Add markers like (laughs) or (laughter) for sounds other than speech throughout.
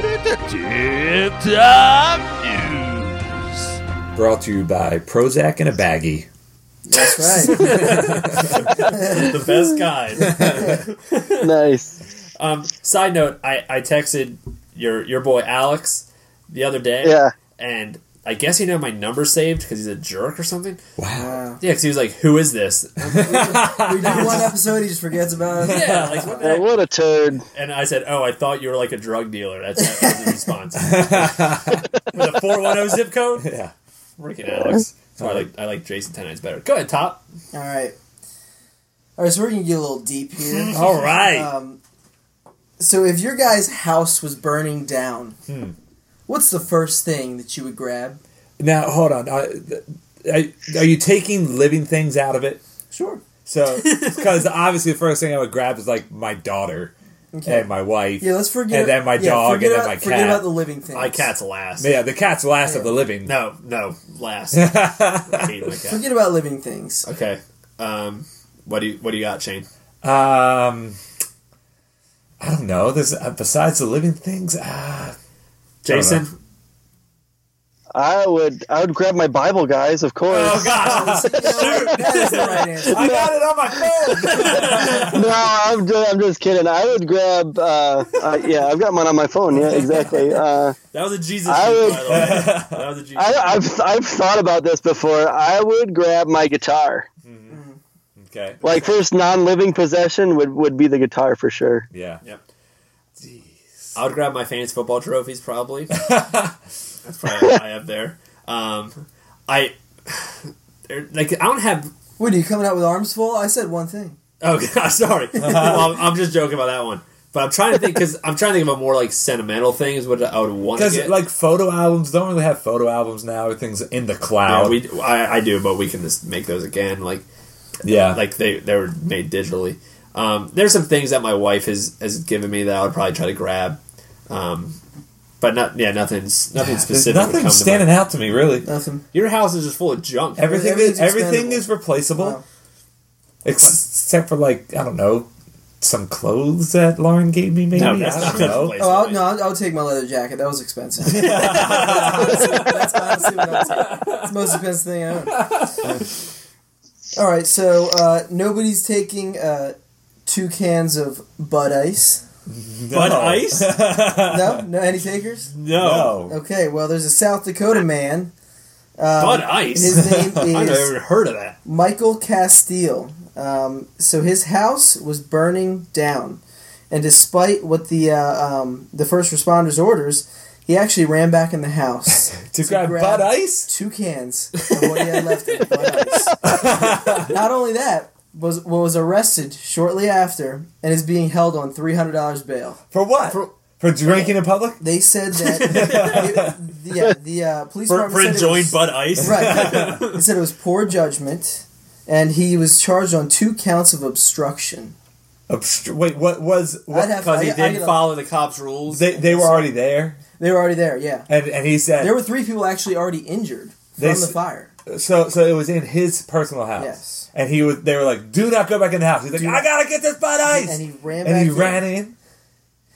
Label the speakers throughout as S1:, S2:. S1: Tip Top News.
S2: Brought to you by Prozac and a baggie.
S3: That's right.
S4: the best kind.
S5: (laughs) nice.
S4: Um, side note, I, I texted your your boy Alex the other day.
S5: Yeah.
S4: And I guess he had my number saved because he's a jerk or something.
S3: Wow.
S4: Yeah, because he was like, "Who is this?" (laughs)
S3: We do one episode, he just forgets about it.
S4: yeah, like what the
S5: Well,
S4: heck?
S5: what a turd.
S4: And I said, "Oh, I thought you were like a drug dealer." That's that was the
S2: (laughs)
S4: response. With a four one zero zip code.
S2: Yeah.
S4: Freaking Alex. So I like I like Jason Ten better. Go ahead, top.
S3: All right. All right, so we're going to get a little deep here.
S4: All right.
S2: Uh,
S3: Um, so if your guy's house was burning down,
S2: Hmm.
S3: what's the first thing that you would grab?
S2: Now hold on. I, th- I, are you taking living things out of it?
S3: Sure.
S2: (laughs) So, because obviously the first thing I would grab is like my daughter and my wife.
S3: Yeah, let's forget.
S2: And then my
S3: yeah,
S2: dog, and
S3: forget
S2: then
S3: about-
S2: my
S3: Forget
S2: cat.
S3: about the living things.
S4: my cat's last.
S2: yeah, the cat's last of the living. (laughs)
S4: No, no, last. I hate my cat.
S3: Forget about
S2: (laughs)
S3: living things.
S4: Okay. Um, what do you What do you got, Shane?
S2: Um, I don't know. This uh, besides the living things. Uh,
S4: Jason.
S5: I would I would grab my Bible, guys, of course.
S4: gosh!
S3: that is the right answer.
S2: I got it on my
S5: (laughs)
S2: phone.
S5: No, I'm just, I'm just kidding. I would grab. Uh, uh, yeah, I've got mine on my phone. Yeah, exactly. Uh,
S4: that was a Jesus.
S5: I
S4: joke,
S5: would-
S4: by the way. That was a Jesus.
S5: I, I've I've thought about this before. I would grab my guitar.
S2: okay.
S5: Like first non-living possession would would be the guitar for sure.
S2: Yeah.
S4: yep. I would grab my fantasy football trophies (laughs) probably. That's probably what I have there. Um, I there- like I don't have.
S3: What are you coming out with arms full? I said one thing.
S4: Oh (laughs) God, sorry. Well, I'm, I'm just joking about that one. But I'm trying to think because I'm trying to think of a more like sentimental thing is what I would want to
S2: Because
S4: get.
S2: like photo albums don't really have photo albums now. Everything's in the
S4: yeah,
S2: cloud.
S4: Uh, we I, I do, but we can just make those again. Like
S2: yeah.
S4: like they they were made digitally. Um, there's some things that my wife has has given me that I would probably try to grab, um, but not yeah nothing's nothing
S2: There's
S4: specific. would
S2: nothing
S4: come to
S2: standing
S4: mind.
S2: out to me really.
S3: Nothing.
S4: Your house is just full of junk.
S2: Everything
S3: Everything's
S2: is everything
S3: expendable.
S2: is replaceable
S3: Wow.
S2: ex- except for like I don't know some clothes that Lauren gave me. Maybe
S4: (laughs) no, that's
S2: I
S4: not
S2: don't
S4: that's
S2: know.
S4: place
S3: Oh,
S4: for
S3: I'll,
S4: it.
S3: no, I'll, I'll take my leather jacket. That was expensive. that's honestly what I'll take. It's the most expensive thing I own. All right, so uh, nobody's taking uh, two cans of Bud Ice.
S4: Bud Ice?
S3: No, no, any takers?
S4: No,
S2: No.
S3: Okay, well, there's a South Dakota man.
S4: Bud Ice. (laughs)
S3: His name
S4: I've never
S3: is
S4: even heard of that.
S3: Michael Castile. Um, so his house was burning down, and despite what the uh, um, the first responders' orders, he actually ran back in the house.
S2: To grab
S3: grab-
S2: Bud Ice?
S3: two cans of what he had left in Bud
S2: (laughs)
S3: Ice. Not only that, was was arrested shortly after and is being held on three hundred dollars bail.
S2: For what? For, drinking in public?
S3: They
S2: (laughs)
S3: said that the, yeah, the uh, police
S4: For, for
S3: department said it
S4: enjoying
S3: was-
S4: Bud Ice.
S3: Right,
S2: (laughs)
S3: he said it was poor judgment, and he was charged on two counts of obstruction.
S2: Obstru- wait, what was what,
S3: I'd have-
S4: (laughs) Because he
S3: I- I
S4: didn't
S3: gotta-
S4: follow the cops' rules.
S2: they they were already there,
S3: They were already there. Yeah,
S2: and and he said
S3: there were three people actually already injured from
S2: They
S3: the
S2: s-
S3: fire.
S2: so so it was in his personal house.
S3: Yes.
S2: And he was they were like, "Do not go back in the house." He's like,
S3: Do
S2: "I
S3: not-
S2: gotta get this Bud Ice,"
S3: And he ran.
S2: And he
S3: back in.
S2: ran in.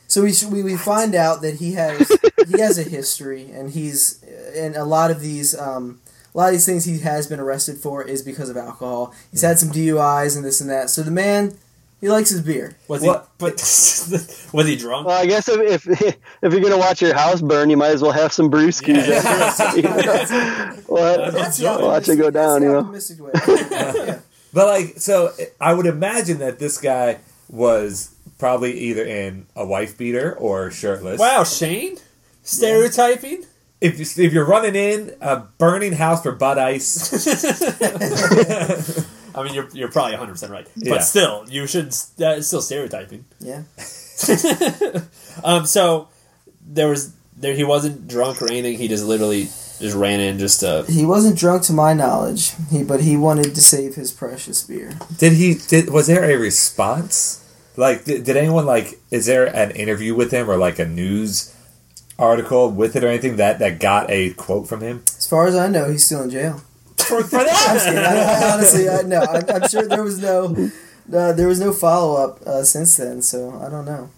S3: So we, we we find out that he has he has a history, and he's and a lot of these um, a lot of these things he has been arrested for is because of alcohol. He's had some DUIs and this and that. So the man, he likes his beer.
S4: Was
S2: What?
S4: he? But (laughs) was he drunk?
S5: Well, I guess if, (laughs) if if you're gonna watch your house burn, you might as well have some brewskis. (laughs) after. what?
S3: That's the
S5: Watch it
S3: optimistic-
S5: go down, you know.
S3: that's the optimistic
S5: (laughs)
S3: way. Yeah.
S2: But like, so I would imagine that this guy was probably either in a wife beater or shirtless.
S4: wow, Shane, stereotyping.
S2: If you- if you're running in a burning house for Bud Ice,
S4: I mean, you're you're probably 100 percent right,
S2: Yeah.
S4: but still, you should. That is still stereotyping.
S3: Yeah.
S4: Um, so there was there he wasn't drunk or anything. He just literally just ran in just to.
S3: He wasn't drunk to my knowledge, he, but he wanted to save his precious beer.
S2: did he? Did was there a response? Like, did, did anyone like? Is there an interview with him or like a news article with it or anything that that got a quote from him?
S3: As far as I know, he's still in jail.
S4: (laughs)
S2: For, for that,
S3: I, I honestly, I, no, I'm, I'm sure there was no. Uh, there was no follow up uh, since then, so I don't know.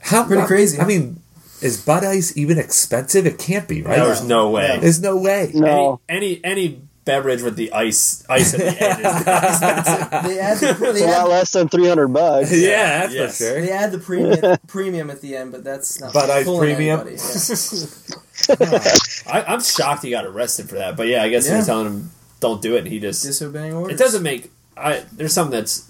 S2: How
S3: Pretty crazy,
S2: I mean, is Bud Ice even expensive? It can't be, right?
S4: There's no way.
S2: There's no way.
S5: No.
S4: Any any any beverage with the ice ice
S2: (laughs)
S4: at the end is (laughs)
S3: They add the,
S5: (laughs)
S3: they
S5: It's a lot
S3: add,
S5: less than 300 bucks.
S2: Yeah, that's
S4: Yes.
S2: for sure.
S3: they add
S2: (laughs)
S3: the premium premium at the end, but that's not
S2: Bud Ice
S3: pulling
S2: premium?
S3: anybody, yeah.
S4: I, I'm shocked he got arrested for that. But yeah, I guess
S3: Yeah.
S4: they're telling him don't do it, and he just
S3: (laughs) Disobeying orders.
S4: it doesn't make. I there's something that's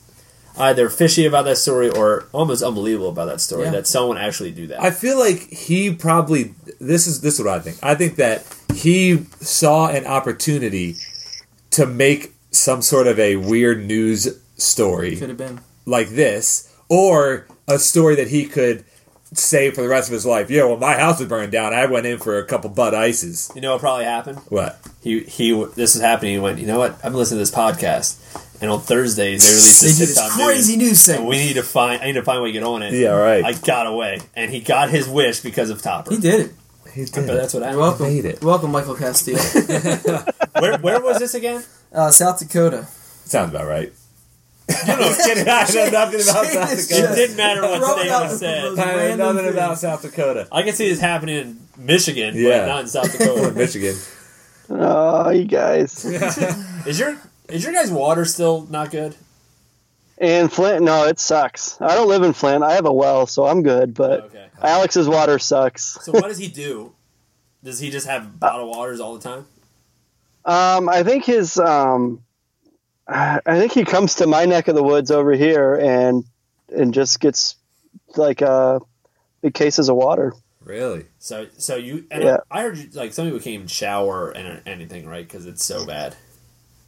S4: either fishy about that story or almost unbelievable about that story
S3: Yeah.
S4: that someone actually do that.
S2: I feel like he probably this is this is what I think. I think that he saw an opportunity to make some sort of a weird news story
S3: Could have been.
S2: like this, or a story that he could say for the rest of his life. Yeah, well, my house was burned down. I went in for a couple Bud Ices.
S4: you know what probably happened?
S2: What?
S4: He he. This is happening. He went. You know what? I've been listening to this podcast, and on Thursdays they release
S3: They
S4: this,
S3: do this
S4: sit-down
S3: crazy
S4: news.
S3: news
S4: And we
S3: segment.
S4: need to find. I need to find a way to get on it.
S2: Yeah, right.
S4: I got away, and he got his wish because of Topper.
S3: He did it.
S2: He did.
S4: But that's what happened.
S3: Welcome,
S2: made it.
S3: welcome,
S2: (laughs)
S3: Michael Castile.
S4: Where, where was this again?
S3: (laughs) uh, South Dakota.
S2: Sounds about right. (laughs) No, no, kidding. I know nothing about
S3: Shane
S2: South
S3: is
S2: Dakota.
S4: It didn't matter what
S3: Throw it
S4: the name
S3: out
S4: was
S3: the
S4: said.
S3: road.
S2: I know
S3: Random
S2: nothing
S3: thing.
S2: about South Dakota.
S4: I can see this happening in Michigan,
S2: Yeah.
S4: but not in South
S2: Or (laughs)
S4: Dakota.
S2: Michigan.
S5: Oh, you guys.
S4: is your is your guys' water still
S2: (laughs)
S4: not good?
S5: And Flint, no, it sucks. I don't live in Flint. I have a well, so I'm good. But
S4: Okay.
S5: Alex's water sucks.
S4: So what does he do? Does he just have bottled waters all the time?
S5: Um, I think his, um, I I think he comes to my neck of the woods over here and and just gets like uh, big cases of water.
S2: Really?
S4: So so you and
S5: Yeah.
S4: I, I heard you, like some people can't even shower and anything right because it's so bad.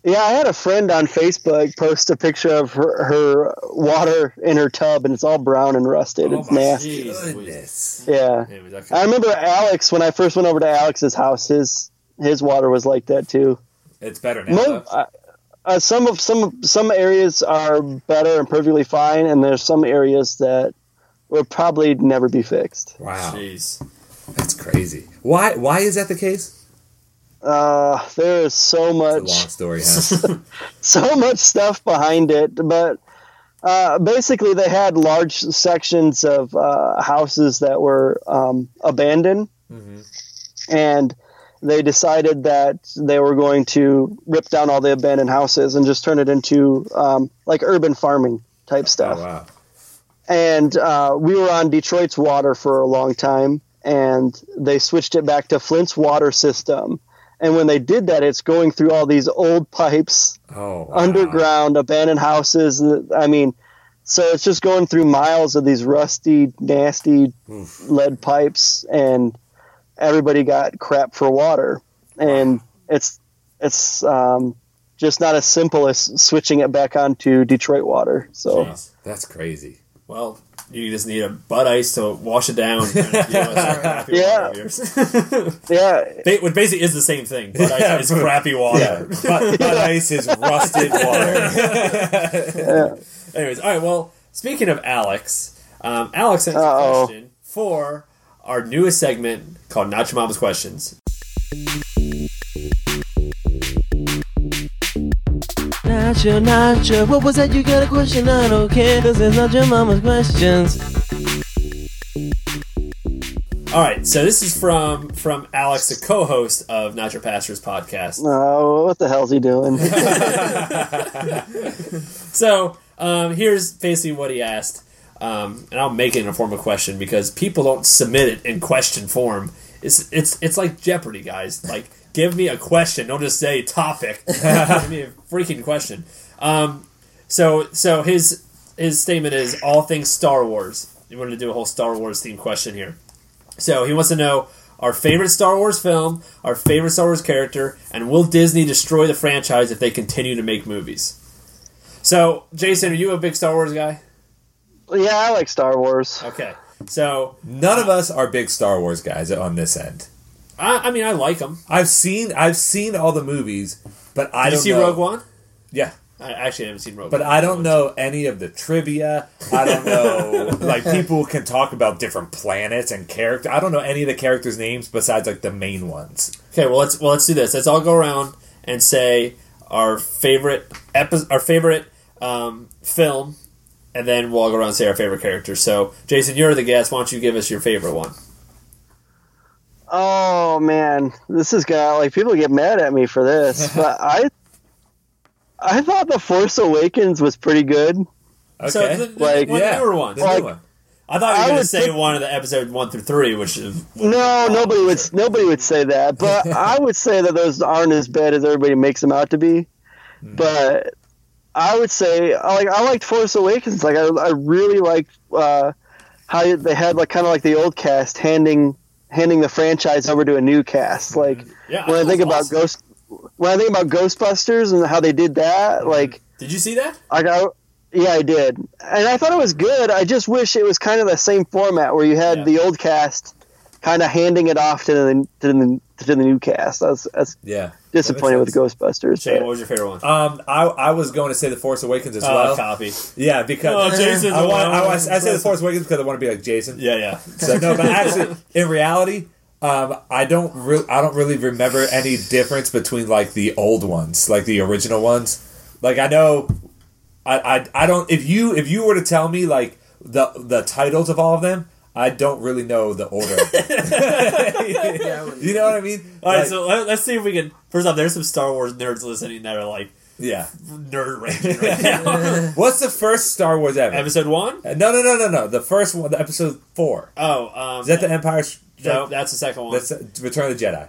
S5: Yeah, I had a friend on Facebook post a picture of her, her water in her tub, and it's all brown and rusted.
S2: Oh,
S5: it's nasty.
S4: Oh Jeez,
S2: Goodness.
S5: Yeah.
S4: Louise. Anyways, that could-
S5: I remember Alex when I first went over to Alex's house. His his water was like that too.
S2: It's better now.
S5: Mo-
S2: though.
S5: uh, uh, some of some some areas are better and perfectly fine, and there's some areas that will probably never be fixed.
S2: Wow.
S4: Jeez.
S2: That's crazy. Why why is that the case?
S5: Uh, there is so
S2: It's a long
S5: much
S2: story, huh?
S4: (laughs)
S5: so much stuff behind it, but uh, basically they had large sections of uh, houses that were um, abandoned,
S2: Mm-hmm.
S5: and they decided that they were going to rip down all the abandoned houses and just turn it into um, like urban farming type stuff
S2: oh, wow.
S5: and uh, we were on Detroit's water for a long time, and they switched it back to Flint's water system. And when they did that, it's going through all these old pipes,
S2: Oh wow.
S5: underground, abandoned houses. I mean, so it's just going through miles of these rusty, nasty lead pipes, and everybody got crap for water. And it's it's um, just not as simple as switching it back on to Detroit water. So.
S4: Jeez.
S2: That's crazy.
S4: Well, you just need a butt ice to wash it
S2: (laughs)
S4: down. and deal with our crappy
S5: Yeah.
S4: water years.
S5: Yeah,
S4: Ba- Which basically is the same thing.
S2: (laughs)
S4: But
S2: Yeah,
S4: ice is crappy water.
S2: Yeah. (laughs) but, but ice is rusted water.
S4: Anyways, all right. Well, speaking of Alex, um, Alex has
S5: Uh-oh.
S4: a question for our newest segment called Not Your Mama's Questions.
S6: Nacho, Nacho, what was that? You got a question? I don't care. This is not your mama's questions.
S4: All right. So this is from from Alex, the co-host of Not Your Pastor's podcast.
S5: Oh, what the hell's he doing?
S4: So um, here's basically what he asked, um, and I'll make it in a form of question because people don't submit it in question form. It's it's it's like Jeopardy, guys. Like, give me a question. Don't just say topic. give me a freaking question. Um, so so his his statement is all things Star Wars. You wanted to do a whole Star Wars themed question here. So he wants to know our favorite Star Wars film, our favorite Star Wars character, and will Disney destroy the franchise if they continue to make movies? So, Jason, are you a big Star Wars guy?
S5: yeah, I like Star Wars.
S4: Okay. So,
S2: None of us are big Star Wars guys on this end.
S4: I, I mean, I like them.
S2: I've seen I've seen all the movies, but I
S4: Did you
S2: don't
S4: see
S2: know.
S4: Rogue One?
S2: Yeah.
S4: I actually haven't seen Rogue
S2: But
S4: One.
S2: I don't know any of the trivia. I don't
S4: (laughs)
S2: know. like people can talk about different planets and character. I don't know any of the characters' names besides like the main ones.
S4: Okay, well let's well let's do this. Let's all go around and say our favorite epi- our favorite um, film, and then we'll all go around and say our favorite characters. So, Jason, you're the guest. Why don't you give us your favorite one?
S5: Oh man, this is gonna like people get mad at me for this, but I I thought the Force Awakens was pretty good.
S2: Okay.
S4: So, the, the,
S5: Like,
S4: one of the
S2: yeah.
S4: newer ones.
S2: The new
S5: Like-
S2: one.
S4: I
S5: I
S4: thought you were going to
S5: would
S4: say
S5: think-
S4: one of the episode one through three, which is
S5: No, nobody would nobody would say that, but I would say that those aren't as bad as everybody makes them out to be. But I would say I like I liked Force Awakens. Like I, I really liked uh, how they had like kind of like the old cast handing handing the franchise over to a new cast. Like
S4: yeah.
S5: when I
S4: that
S5: think
S4: was
S5: about
S4: awesome.
S5: Ghost when I think about Ghostbusters and how they did that, like
S4: did you see that?
S5: I got yeah, I did, and I thought it was good. I just wish it was kind of the same format where you had
S4: Yeah.
S5: the old cast kind of handing it off to the to the, to the new cast. I was, I was
S2: Yeah.
S5: disappointed with Ghostbusters.
S4: Shane, what
S5: but-
S4: was your favorite one?
S2: Um, I, I was going to say The Force Awakens as
S4: Uh,
S2: well.
S4: copy.
S2: Yeah, because
S4: Oh, Jason's
S2: I, want,
S4: the
S2: I,
S4: one.
S2: want- I say The Force Awakens because I want to be like Jason.
S4: Yeah, yeah.
S2: So no, but actually, in reality, um, I don't re- I don't really remember any difference between like the old ones, like the original ones. Like I know, I, I I don't. If you if you were to tell me like the the titles of all of them, I don't really know the
S4: (laughs)
S2: order.
S3: (laughs) Yeah, I wouldn't-
S2: you know what I mean?
S4: All right,
S2: Like,
S4: so let, let's see if we can. First off, there's some Star Wars nerds listening that are like
S2: yeah.
S4: nerd raging (laughs) right now.
S2: What's the first Star Wars ever?
S4: Episode one?
S2: Uh, no, no, no, no, no. The first one, the episode four.
S4: Oh, um,
S2: Is that the Empire? Stri-
S4: no, that's the second one.
S2: That's uh, Return of the Jedi.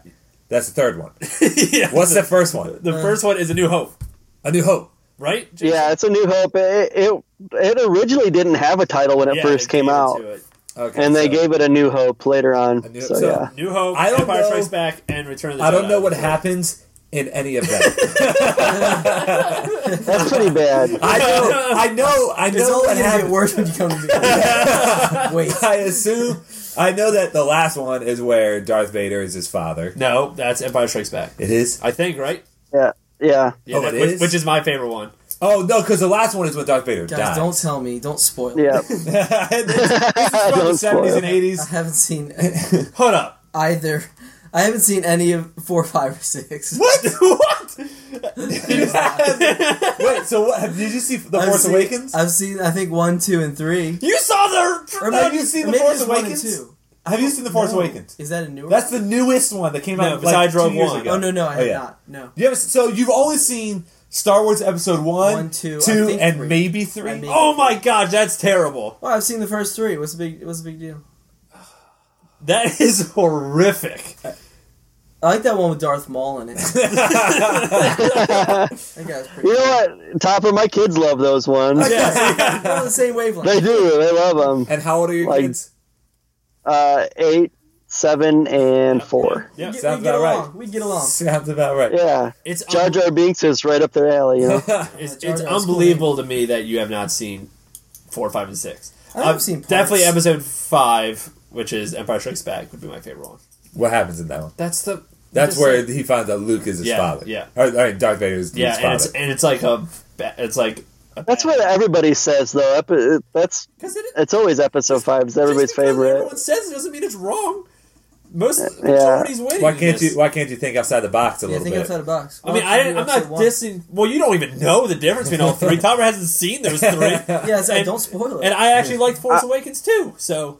S2: That's Uh, the third one.
S4: (laughs) yeah,
S2: What's the first
S3: (laughs)
S2: one?
S4: the first one is A New Hope,
S2: A New Hope.
S4: right? Jason?
S5: yeah, it's a New Hope. It, it it originally didn't have a title when it
S4: Yeah,
S5: first
S4: they
S5: came
S4: gave it
S5: out,
S4: to it.
S2: Okay,
S5: and they
S2: so-
S5: gave it a New Hope later on.
S2: New Hope.
S5: so,
S2: So-
S5: yeah,
S4: New Hope,
S2: I don't
S4: Empire
S2: know-
S4: Strikes Back, and Return of the
S2: I don't
S4: Jedi.
S2: know what happens in any of
S3: (laughs)
S2: that.
S5: that's pretty bad.
S2: (laughs) I know, I know, I
S3: It's
S2: know
S3: only
S2: what
S3: gonna get
S2: happened.
S3: worse when you come to the
S2: (laughs)
S3: Wait.
S2: I assume, I know that the last one is where Darth Vader is his father.
S4: No, that's Empire Strikes Back.
S2: It is.
S4: I think, right?
S5: yeah, yeah. (laughs)
S4: Yeah,
S2: Oh,
S4: that-
S2: it
S4: which,
S2: is?
S4: which is my favorite one.
S2: Oh no, because the last one is when Darth Vader
S3: Guys,
S2: died. (laughs)
S3: don't tell me. Don't spoil.
S5: Yeah,
S2: From the
S5: Don't spoil.
S2: seventies and
S3: I
S2: eities.
S3: haven't seen (laughs)
S4: Hold up.
S3: either. I haven't seen any of four, five, or six.
S4: What?
S2: (laughs)
S4: what?
S2: Wait, so what? have- Did you see The
S3: I've
S2: Force
S3: seen-
S2: Awakens?
S3: I've seen. I think one, two, and three.
S4: You saw the.
S3: Or
S2: Have you seen The
S3: or maybe
S2: Force
S3: just one and
S2: Awakens?
S3: two.
S2: Have you seen The Force
S3: No.
S2: Awakens?
S3: Is that a new?
S2: That's the newest one that came
S4: No,
S2: out.
S4: besides
S2: Like, two
S4: Rogue
S2: years
S4: One.
S2: ago.
S3: Oh no, no, I have
S2: yeah.
S3: not. No.
S2: You haven't, so you've only seen Star Wars Episode One,
S3: One, two, I
S2: two,
S3: think
S2: and
S3: three.
S2: maybe three.
S3: I mean-
S4: Oh my god, that's terrible.
S3: Well, I've seen the first three. What's the big? What's the big deal?
S4: That (laughs) is horrific.
S3: I like that one with Darth Maul
S4: (laughs)
S3: in it. that guy's pretty.
S5: you know what? Topper, my kids love those ones.
S4: Yeah.
S3: We're on the same
S5: They
S3: wavelength.
S5: do. They love them.
S2: and how old are your
S5: Like-
S2: kids?
S5: Uh, eight, seven, and four.
S3: We
S4: Yeah.
S3: get,
S2: Sounds
S3: we get
S2: about right.
S3: along. We get along.
S2: Sounds about right.
S5: Yeah,
S4: It's un-
S5: Jar Jar Binks is right up their alley.
S4: (laughs)
S5: You know,
S4: it's,
S3: Jar
S4: it's
S3: Jar's cool.
S4: unbelievable to me that you have not seen four, five, and six.
S3: I think I've
S4: Uh,
S3: seen parts.
S4: definitely episode five, which is Empire Strikes Back, would be my favorite one.
S2: What happens in that one?
S4: That's the
S2: That's
S4: just
S2: where
S4: like-
S2: he finds out Luke is his
S4: Yeah,
S2: father.
S4: yeah.
S2: Or, or Darth Vader is Luke's
S4: yeah, and
S2: father.
S4: it's and it's like a ba- it's like a
S5: that's
S4: bad-
S5: what everybody says though. Epi- that's
S4: because it
S5: it's always episode five is everybody's
S4: just because
S5: favorite.
S4: Everyone says it doesn't mean it's wrong. Most
S5: Yeah.
S4: majority's winning.
S2: why can't
S4: this.
S2: you? Why can't you think outside the box a
S3: Yeah,
S2: little
S3: think
S2: bit?
S3: outside the box.
S4: I mean,
S3: Why
S4: I
S3: don't
S4: didn't,
S3: you
S4: I'm
S3: do
S4: not
S3: episode one?
S4: dissing. Well, you don't even know the difference between all (laughs) three. Tyler hasn't seen those three.
S3: Yeah, so
S4: And-
S3: don't spoil it.
S4: And I actually
S5: (laughs)
S4: liked Force Awakens too. So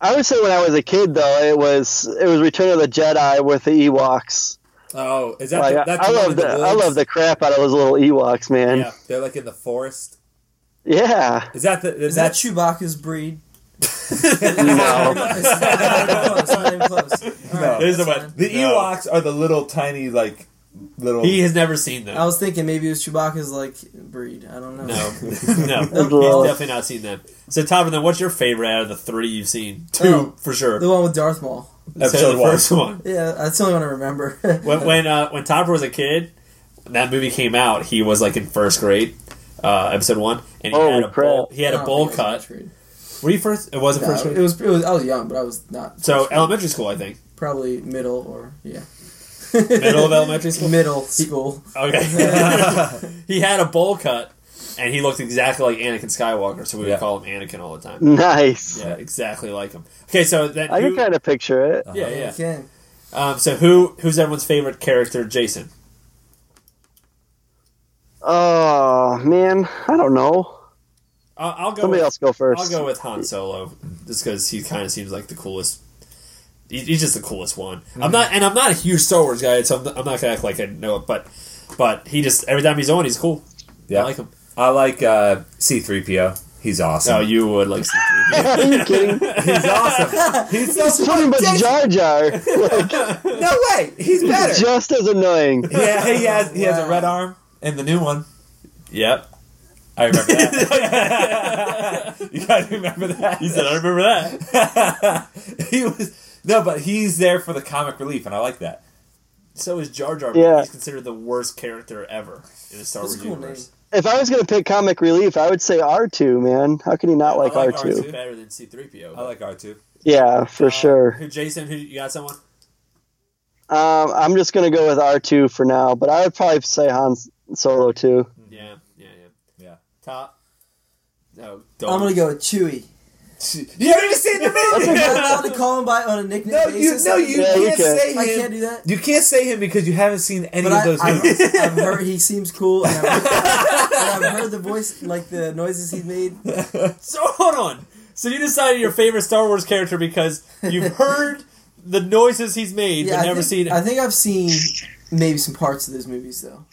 S5: I would say when I was a kid though, it was it was Return of the Jedi with the Ewoks.
S2: oh, is that?
S5: Like
S2: the,
S5: I,
S2: that's
S5: I
S2: the one
S5: love
S2: in the
S5: the I
S2: woods?
S5: love the crap out of those little Ewoks, man.
S4: Yeah.
S5: Yeah,
S2: They're like in the forest. Is that the?
S3: Is
S2: Is that?
S3: that Chewbacca's breed?
S5: No. (laughs)
S3: It's
S4: (laughs)
S3: not even close. It's not even close. All right,
S2: There's
S3: that's
S4: the
S3: fine.
S2: The
S4: No.
S2: Ewoks are the little tiny like little.
S4: he has never seen them.
S3: I was thinking maybe it was Chewbacca's like breed. I don't know.
S4: No, (laughs)
S2: (laughs)
S4: no,
S5: Well-
S4: he's definitely not seen them. So, Tyler, then what's your favorite out of the three you've seen? Two
S3: Oh.
S4: for sure.
S3: (laughs) The one with Darth Maul.
S4: So
S2: episode
S4: the
S2: one.
S4: first one.
S3: Yeah, that's the only one I remember.
S4: (laughs) When when, uh, when Topper was a kid, when that movie came out. He was like in first grade, uh, episode one, and he
S5: Holy
S4: had a
S5: crap.
S4: bowl.
S3: (laughs)
S4: He had a
S3: No,
S4: bowl
S3: it was
S4: cut.
S3: first grade.
S4: Were you first? It wasn't
S3: No,
S4: first grade.
S3: it was. It was. I was young, but I was not.
S4: so elementary school, I think,
S3: probably middle or yeah,
S4: middle
S3: (laughs)
S4: of elementary school.
S3: middle school.
S4: Okay. he had a bowl cut, and he looked exactly like Anakin Skywalker, so we would
S2: Yeah.
S4: call him Anakin all the time.
S5: (laughs) Nice.
S4: Yeah, exactly like him. Okay, so then
S5: I
S4: who,
S5: can kind of picture it.
S4: yeah, yeah.
S3: Okay.
S4: Um, so who who's everyone's favorite character? Jason.
S5: Oh man, I don't know.
S4: I'll, I'll go.
S5: Somebody
S4: with,
S5: else go first.
S4: I'll go with Han Solo, just because he kind of seems like the coolest. he- He's just the coolest one. I'm not,
S3: Mm-hmm.
S4: and I'm not a huge Star Wars guy, so I'm not, I'm not gonna act like I know it. But, but he just every time he's on, he's cool.
S2: Yeah.
S4: I like him.
S2: I like uh, C3PO. He's
S4: Oh,
S2: awesome.
S4: you would
S5: (laughs)
S4: like. C-3PO.
S5: Are you kidding?
S2: He's
S3: Oh,
S2: awesome. He's so
S5: It's pretty much Jar Jar. Like,
S2: No way. He's better.
S5: just as annoying.
S2: Yeah, he has he has a
S3: Wow.
S2: red arm in the new one. (laughs)
S4: yep.
S2: I remember
S5: (laughs)
S2: that. you guys remember that? (laughs)
S4: He said, "I remember that."
S2: he was no, but he's there for the comic relief, and I like that.
S4: So is Jar Jar.
S5: Yeah.
S4: He's considered the worst character ever in the Star
S3: That's
S4: Wars
S3: a cool
S4: universe.
S5: If I was gonna pick comic relief, I would say R two. Man, how can you not like,
S2: like
S5: R two?
S2: R2.
S4: Better than C-3PO.
S2: I like R two.
S5: Yeah, for sure.
S4: Who, Jason? Who you got? Someone?
S3: Mm-hmm.
S5: Um, I'm just gonna go with R two for now, but I would probably say Han Solo too.
S4: Yeah, yeah, yeah.
S2: Yeah.
S4: Top. No,
S3: I'm gonna go
S2: (laughs)
S3: with Chewie.
S2: You haven't even seen the
S3: I'm
S2: movie.
S3: not allowed to call him by on a nickname
S2: no, you
S3: basis.
S2: no you
S5: Yeah, you
S2: can't
S5: can.
S2: say him.
S3: I can't do that.
S2: You can't say him because you haven't seen any
S3: But
S2: of
S3: I,
S2: those
S3: I've, (laughs)
S2: movies.
S3: I've heard he seems cool, and I've, and I've heard the voice, like the noises he made.
S4: So hold on. So you decided your favorite Star Wars character because
S3: (laughs)
S4: you've heard the noises he's made
S3: Yeah,
S4: but
S3: I
S4: never
S3: think,
S4: seen
S3: I
S4: it.
S3: think I've seen maybe some parts of those movies though.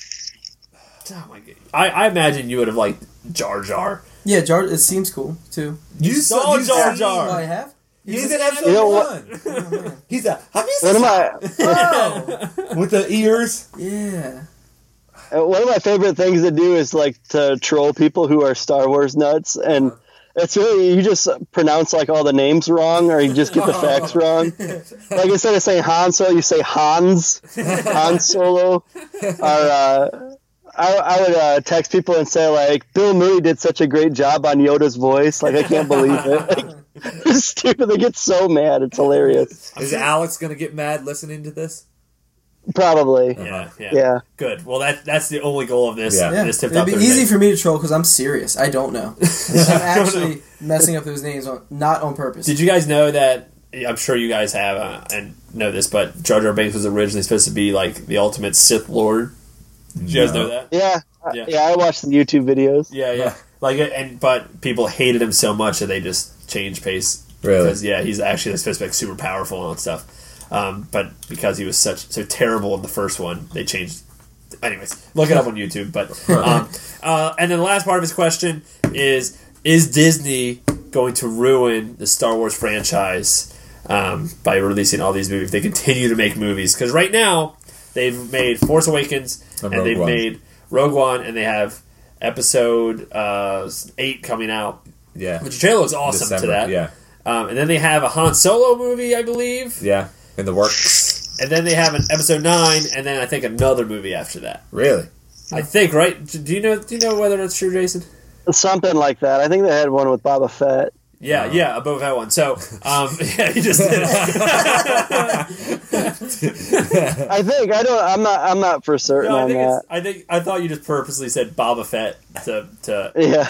S4: Oh my God. I, I imagine you would have liked Jar Jar.
S3: Yeah, Jar. It seems cool too.
S2: You
S4: saw Jar
S2: seen-
S4: Jar.
S3: Oh,
S4: (laughs)
S3: I have.
S2: He's
S3: He's
S2: in
S3: a-
S2: episode
S5: You know
S2: one. (laughs) He's a have you
S5: One
S2: seen
S5: of my
S3: Oh,
S2: with the ears?
S3: yeah.
S5: Uh, one of my favorite things to do is like to troll people who are Star Wars nuts, and it's really you just pronounce like all the names wrong, or you just get the facts wrong. Like instead of saying Han Solo, you say Hans, Han Solo. Or uh, I, I would uh, text people and say like Bill Murray did such a great job on Yoda's voice, like I can't believe it. Like, (laughs) stupid, they get so mad. It's hilarious.
S2: Is Alex gonna get mad listening to this?
S5: Probably,
S4: Yeah, yeah,
S5: yeah.
S4: Good. Well, that that's the only goal of this.
S2: Yeah.
S3: Yeah,
S4: This tip
S3: it'd be easy for me to troll because I'm serious. I
S4: (laughs)
S3: don't know. I'm actually messing up those names on not on purpose.
S4: Did you guys know that? I'm sure you guys have uh, and know this, but Jar Jar Binks was originally supposed to be like the ultimate Sith Lord. Did you guys know that?
S5: yeah, Uh,
S4: Yeah.
S5: yeah, I watched the YouTube videos.
S4: (laughs) Yeah, yeah. like, and but people hated him so much that they just changed pace.
S2: Really?
S4: Because yeah, he's actually supposed to be like, super powerful and stuff. Um, but because he was such so terrible in the first one, they changed. Anyways, look it up on YouTube. But um, uh, and then the last part of his question is: Is Disney going to ruin the Star Wars franchise um, by releasing all these movies? If they continue to make movies, because right now they've made Force Awakens
S2: And
S4: and,
S2: Rogue
S4: they've
S2: One.
S4: made Rogue One, and they have episode uh, eight coming out.
S2: Yeah.
S4: Which trailer looks awesome
S2: December.
S4: to that.
S2: Yeah.
S4: Um, and then they have a Han Solo movie, I believe.
S2: Yeah. In the works.
S4: And then they have an episode nine, and then I think another movie after that.
S2: Really?
S4: I think, right? Do you know? Do you know whether that's true, Jason?
S5: Something like that. I think they had one with Boba
S2: (laughs)
S5: Fett.
S4: Yeah, yeah, above that one.
S3: (laughs)
S4: So, um, (laughs) yeah, you just did it.
S5: I think I don't. I'm not. I'm not for certain
S4: No, I
S5: on
S4: think it's,
S5: that.
S4: I think I thought you just purposely said Boba Fett to to
S5: Yeah.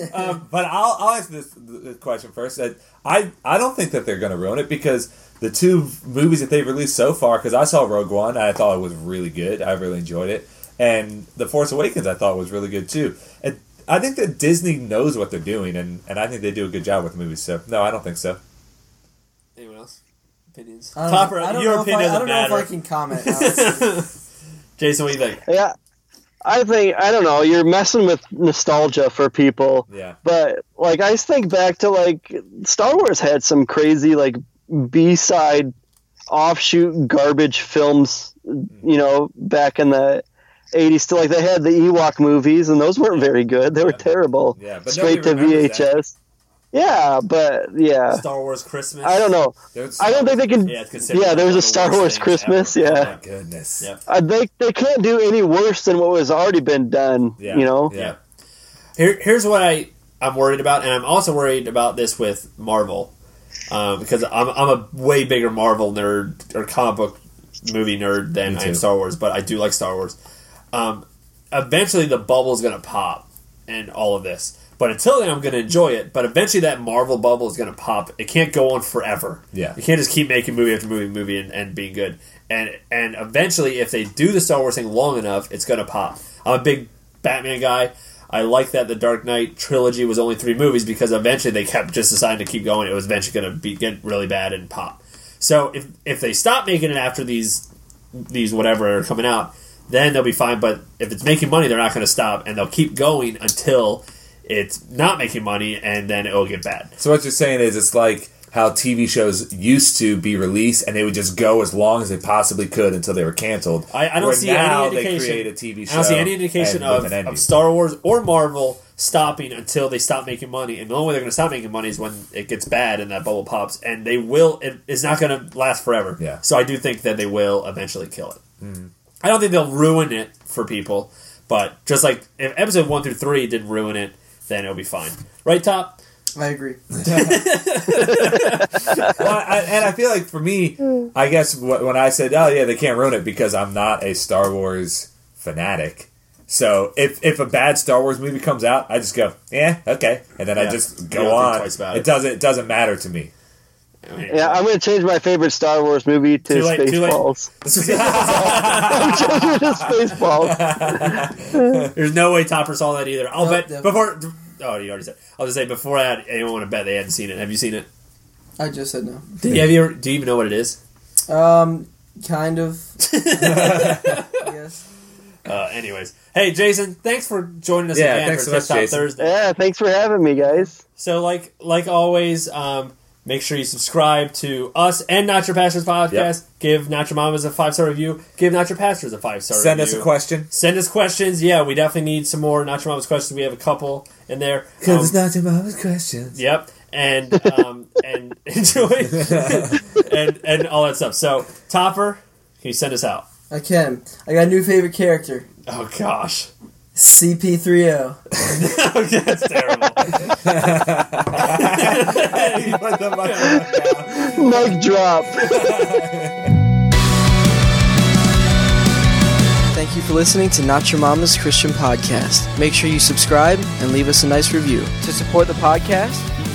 S5: (laughs) yeah.
S2: But I'll, I'll answer this, this question first. Uh, I I don't think that they're going to ruin it because the two movies that they've released so far. Because I saw Rogue One, I thought it was really good. I really enjoyed it, and The Force Awakens, I thought was really good too. And I think that Disney knows what they're doing, and, and I think they do a good job with the movies. So no, I don't think so.
S4: anyone else opinions.
S3: I don't
S4: Topper,
S3: know, I don't
S4: your
S3: know
S4: opinion
S3: if I, I
S4: doesn't
S3: don't
S4: matter.
S3: know if I can comment. honestly.
S4: (laughs) Jason, what do you think?
S5: Yeah. I think I don't know. You're messing with nostalgia for people.
S2: Yeah,
S5: But like, I just think back to like Star Wars had some crazy like B-side, offshoot garbage films. You know, back in the. 80s still like they had the Ewok movies and those weren't very good. They were terrible.
S2: Yeah, but
S5: Straight to
S2: nobody remembers that.
S5: VHS. Yeah, but yeah.
S4: Star Wars Christmas.
S5: I don't know.
S2: There's- Oh
S5: I don't think they can.
S4: Yeah,
S5: Yeah,
S4: it's considered one
S5: there was a
S4: of the
S5: Star
S4: worst
S5: Wars
S4: things
S5: Christmas.
S4: ever.
S5: Yeah,
S2: goodness.
S4: Yeah.
S5: Uh, they they can't do any worse than what was already been done.
S2: Yeah.
S5: You know,
S2: Yeah.
S4: Here, here's what I I'm worried about, and I'm also worried about this with Marvel um, because I'm I'm a way bigger Marvel nerd or comic book movie nerd than
S2: Me
S4: I am
S2: too.
S4: Star Wars, but I do like Star Wars. Um, eventually, the bubble's gonna pop, and all of this. But until then, I'm going to enjoy it. But eventually, that Marvel bubble is going to pop. It can't go on forever.
S2: Yeah.
S4: you can't just keep making movie after movie, movie, and, and being good. and and eventually, if they do the Star Wars thing long enough, it's gonna pop. I'm a big Batman guy. I like that the Dark Knight trilogy was only three movies because eventually they kept just deciding to keep going. It was eventually gonna be get really bad and pop. So if if they stop making it after these these whatever are coming out, then they'll be fine. But if it's making money, they're not going to stop, and they'll keep going until it's not making money, and then it'll get bad.
S2: So what you're saying is it's like how TV shows used to be released and they would just go as long as they possibly could until they were canceled.
S4: I, I don't
S2: Where
S4: see
S2: now
S4: any indication.
S2: They create a TV show.
S4: I don't see any indication
S2: and with
S4: of,
S2: an ending.
S4: of Star Wars or Marvel stopping until they stop making money. And the only way they're going to stop making money is when it gets bad and that bubble pops. And they will. It, it's not going to last forever.
S2: Yeah. Mm-hmm.
S4: So I do think that they will eventually kill it. I don't think they'll ruin it for people, but just like if episode one through three didn't ruin it, then it'll be fine. Right, top.
S3: I agree.
S2: Well, I, and I feel like for me, I guess wh- when I said, "Oh yeah, they can't ruin it," because I'm not a Star Wars fanatic. So if if a bad Star Wars movie comes out, I just go, "Yeah, okay," and then I
S4: Yeah.
S2: just
S4: You
S2: go
S4: don't think
S2: on.
S4: twice about
S2: it
S4: it.
S2: doesn't it doesn't matter to me.
S5: Yeah, I'm going to change my favorite Star Wars movie to
S4: Too late, too late.
S5: Spaceballs. (laughs) I'm changing it to
S4: (laughs)
S5: Spaceballs.
S4: (laughs) There's no way Topper saw that either. I'll
S3: Nope,
S4: bet
S3: definitely.
S4: before. Oh, you already said. I'll just say before that, anyone want to bet they hadn't seen it. Have you seen it?
S3: I just said no.
S4: Do you, have you ever, do you even know what it is?
S3: Um, kind
S4: (laughs)
S3: of. yes.
S4: Uh, anyways, hey Jason, thanks for joining us
S2: Yeah,
S4: again
S2: thanks
S4: for
S2: so much,
S4: Tip Top
S2: Jason.
S4: Thursday.
S5: Yeah, thanks for having me, guys.
S4: So, like like always, um, make sure you subscribe to us and Not Your Pastors podcast. Give Not Your Mamas a five star review. Give Not Your Pastors a five star.
S2: Send us
S4: review.
S2: a question.
S4: Send us questions. Yeah, we definitely need some more Not Your Mamas questions. We have a couple in there. Um,
S2: Because it's not your mama's questions.
S4: Yep. And um, and (laughs)
S2: (laughs)
S4: enjoy and and all that stuff. So Topper, can you send us out?
S3: I can. I got a new favorite character.
S4: Oh gosh.
S3: CP3O.
S4: Okay, (laughs) That's terrible.
S2: Put the microphone down.
S5: Mic drop.
S3: Thank you for listening to Not Your Mama's Christian Podcast. Make sure you subscribe and leave us a nice review. To support the podcast, you can